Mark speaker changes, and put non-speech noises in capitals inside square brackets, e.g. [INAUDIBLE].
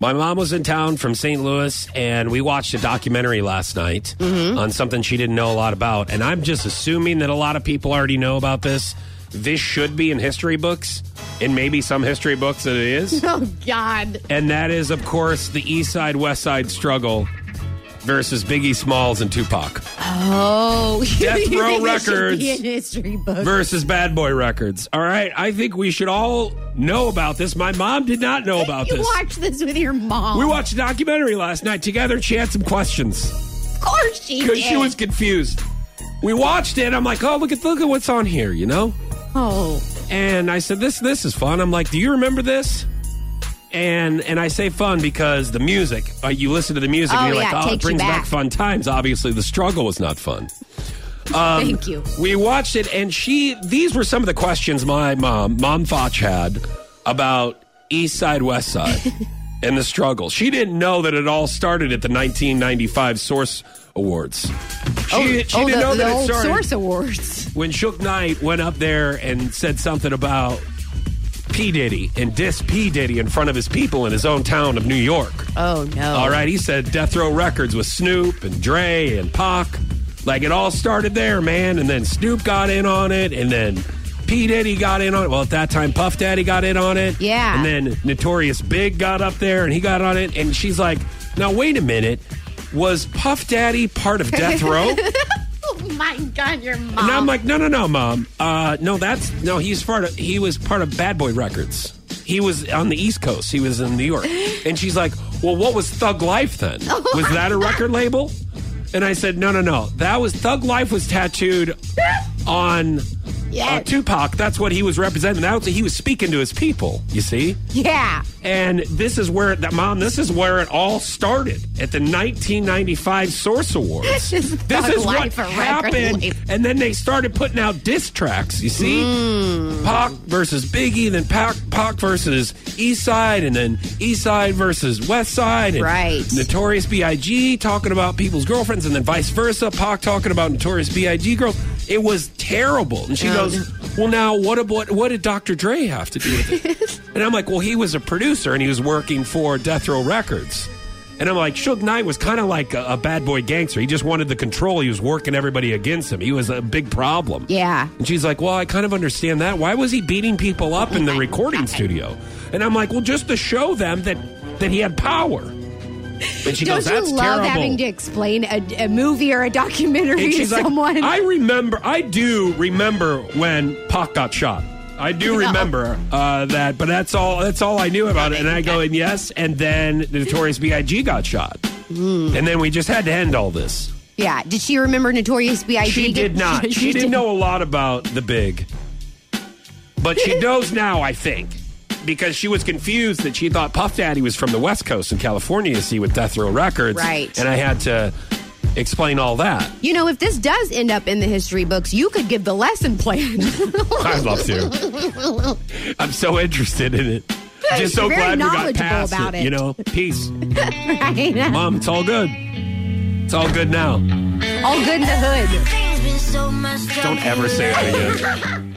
Speaker 1: My mom was in town from St. Louis, and we watched a documentary last night on something she didn't know a lot about. And I'm just assuming that a lot of people already know about this. This should be in history books, and maybe some history books that it is.
Speaker 2: [LAUGHS] Oh, God.
Speaker 1: And that is, of course, the East Side West Side struggle versus Biggie Smalls and Tupac
Speaker 2: Oh, [LAUGHS] you
Speaker 1: Death
Speaker 2: think
Speaker 1: Row
Speaker 2: this should be
Speaker 1: Records.
Speaker 2: in history book.
Speaker 1: versus Bad Boy Records. All right, I think we should all know about this. My mom did not know about
Speaker 2: you
Speaker 1: this.
Speaker 2: watch this with your mom.
Speaker 1: we watched a documentary last night together. She had some questions
Speaker 2: Of course she
Speaker 1: because
Speaker 2: did.
Speaker 1: she was confused. We watched it. I'm like, oh, look at look at what's on here, you know.
Speaker 2: Oh,
Speaker 1: And I said, "This this is fun." I'm like, "Do you remember this?" And and I say fun because the music. Uh, you listen to the music,
Speaker 2: Oh,
Speaker 1: and you're
Speaker 2: yeah,
Speaker 1: like, "Oh,
Speaker 2: it
Speaker 1: it
Speaker 2: takes you
Speaker 1: brings back.
Speaker 2: back.
Speaker 1: fun times." Obviously, the struggle was not fun. Um,
Speaker 2: thank you.
Speaker 1: We watched it, and she. These were some of the questions my mom, mom Foch, had about East Side West
Speaker 2: [LAUGHS]
Speaker 1: Side and the struggle. She didn't know that it all started at the 1995 Source Awards. She, she
Speaker 2: oh,
Speaker 1: didn't
Speaker 2: the,
Speaker 1: know
Speaker 2: the
Speaker 1: that it
Speaker 2: old
Speaker 1: started
Speaker 2: Source Awards.
Speaker 1: when Shook Knight went up there and said something about P. Diddy and dissed P. Diddy in front of his people in his own town of New York.
Speaker 2: Oh, no.
Speaker 1: All right, he said Death Row Records with Snoop and Dre and Pac. Like it all started there, man. And then Snoop got in on it, and then P. Diddy got in on it. Well, at that time, Puff Daddy got in on it.
Speaker 2: Yeah.
Speaker 1: And then Notorious Big got up there and he got on it. And she's like, now, wait a minute. Was Puff Daddy part of Death Row?
Speaker 2: [LAUGHS] Oh, my God, your mom.
Speaker 1: And I'm like, no, no, no, mom. Uh, no, that's no. He's part of. He was part of Bad Boy Records. He was on the East Coast. He was in New York. And she's like, well, what was Thug Life then? Was that a record label? And I said, no, no, no. That was Thug Life was tattooed on uh,
Speaker 2: Yes.
Speaker 1: Tupac. That's what he was representing. That was, he was speaking to his people. You see.
Speaker 2: yeah.
Speaker 1: And this is where that mom, this is where it all started at the 1995 Source Awards.
Speaker 2: [LAUGHS] This is
Speaker 1: this
Speaker 2: Thug
Speaker 1: is what
Speaker 2: Life, a record
Speaker 1: happened.
Speaker 2: label.
Speaker 1: And then they started putting out diss tracks. You see,
Speaker 2: Hmm.
Speaker 1: Pac versus Biggie, then Pac, Pac versus East Side, and then East Side versus West Side. And
Speaker 2: Right.
Speaker 1: Notorious B.I.G. talking about people's girlfriends, and then vice versa. Pac talking about Notorious B.I.G. girl. It was terrible. And she
Speaker 2: Oh,
Speaker 1: goes, "Well, now what? ab- What, what did Dr. Dre have to do with
Speaker 2: [LAUGHS]
Speaker 1: it?" And I'm like, well, he was a producer and he was working for Death Row Records. And I'm like, Suge Knight was kind of like a, a bad boy gangster. He just wanted the control. He was working everybody against him. He was a big problem.
Speaker 2: Yeah.
Speaker 1: And she's like, well, I kind of understand that. Why was he beating people up in the
Speaker 2: my
Speaker 1: recording
Speaker 2: God.
Speaker 1: studio? And I'm like, well, just to show them that that he had power. And she
Speaker 2: Don't
Speaker 1: goes, that's
Speaker 2: you love
Speaker 1: terrible.
Speaker 2: having to explain a, a movie or a documentary
Speaker 1: And
Speaker 2: to
Speaker 1: she's like,
Speaker 2: someone?
Speaker 1: I remember, I do remember when Pac got shot. I [LAUGHS] do remember uh, that, but that's all. That's all I knew about it. And I go, and yes, and then the Notorious B.I.G. got shot, and then we just had to end all this.
Speaker 2: yeah. Did she remember Notorious B.I.G.?
Speaker 1: She
Speaker 2: [LAUGHS]
Speaker 1: did not. [LAUGHS] She didn't know a lot about the big, but [LAUGHS] she knows now. I think because she was confused that she thought Puff Daddy was from the West Coast in California. You see, with Death Row Records,
Speaker 2: Right.
Speaker 1: And I had to explain all that.
Speaker 2: You know, if this does end up in the history books, you could give the lesson plan. [LAUGHS]
Speaker 1: I'd love to. I'm so interested in it. Just so
Speaker 2: You're
Speaker 1: glad
Speaker 2: very
Speaker 1: we got
Speaker 2: knowledgeable
Speaker 1: past
Speaker 2: about
Speaker 1: it,
Speaker 2: it.
Speaker 1: You know, peace,
Speaker 2: right?
Speaker 1: mom. It's all good. It's all good now.
Speaker 2: All good in the hood.
Speaker 1: Don't ever say it again.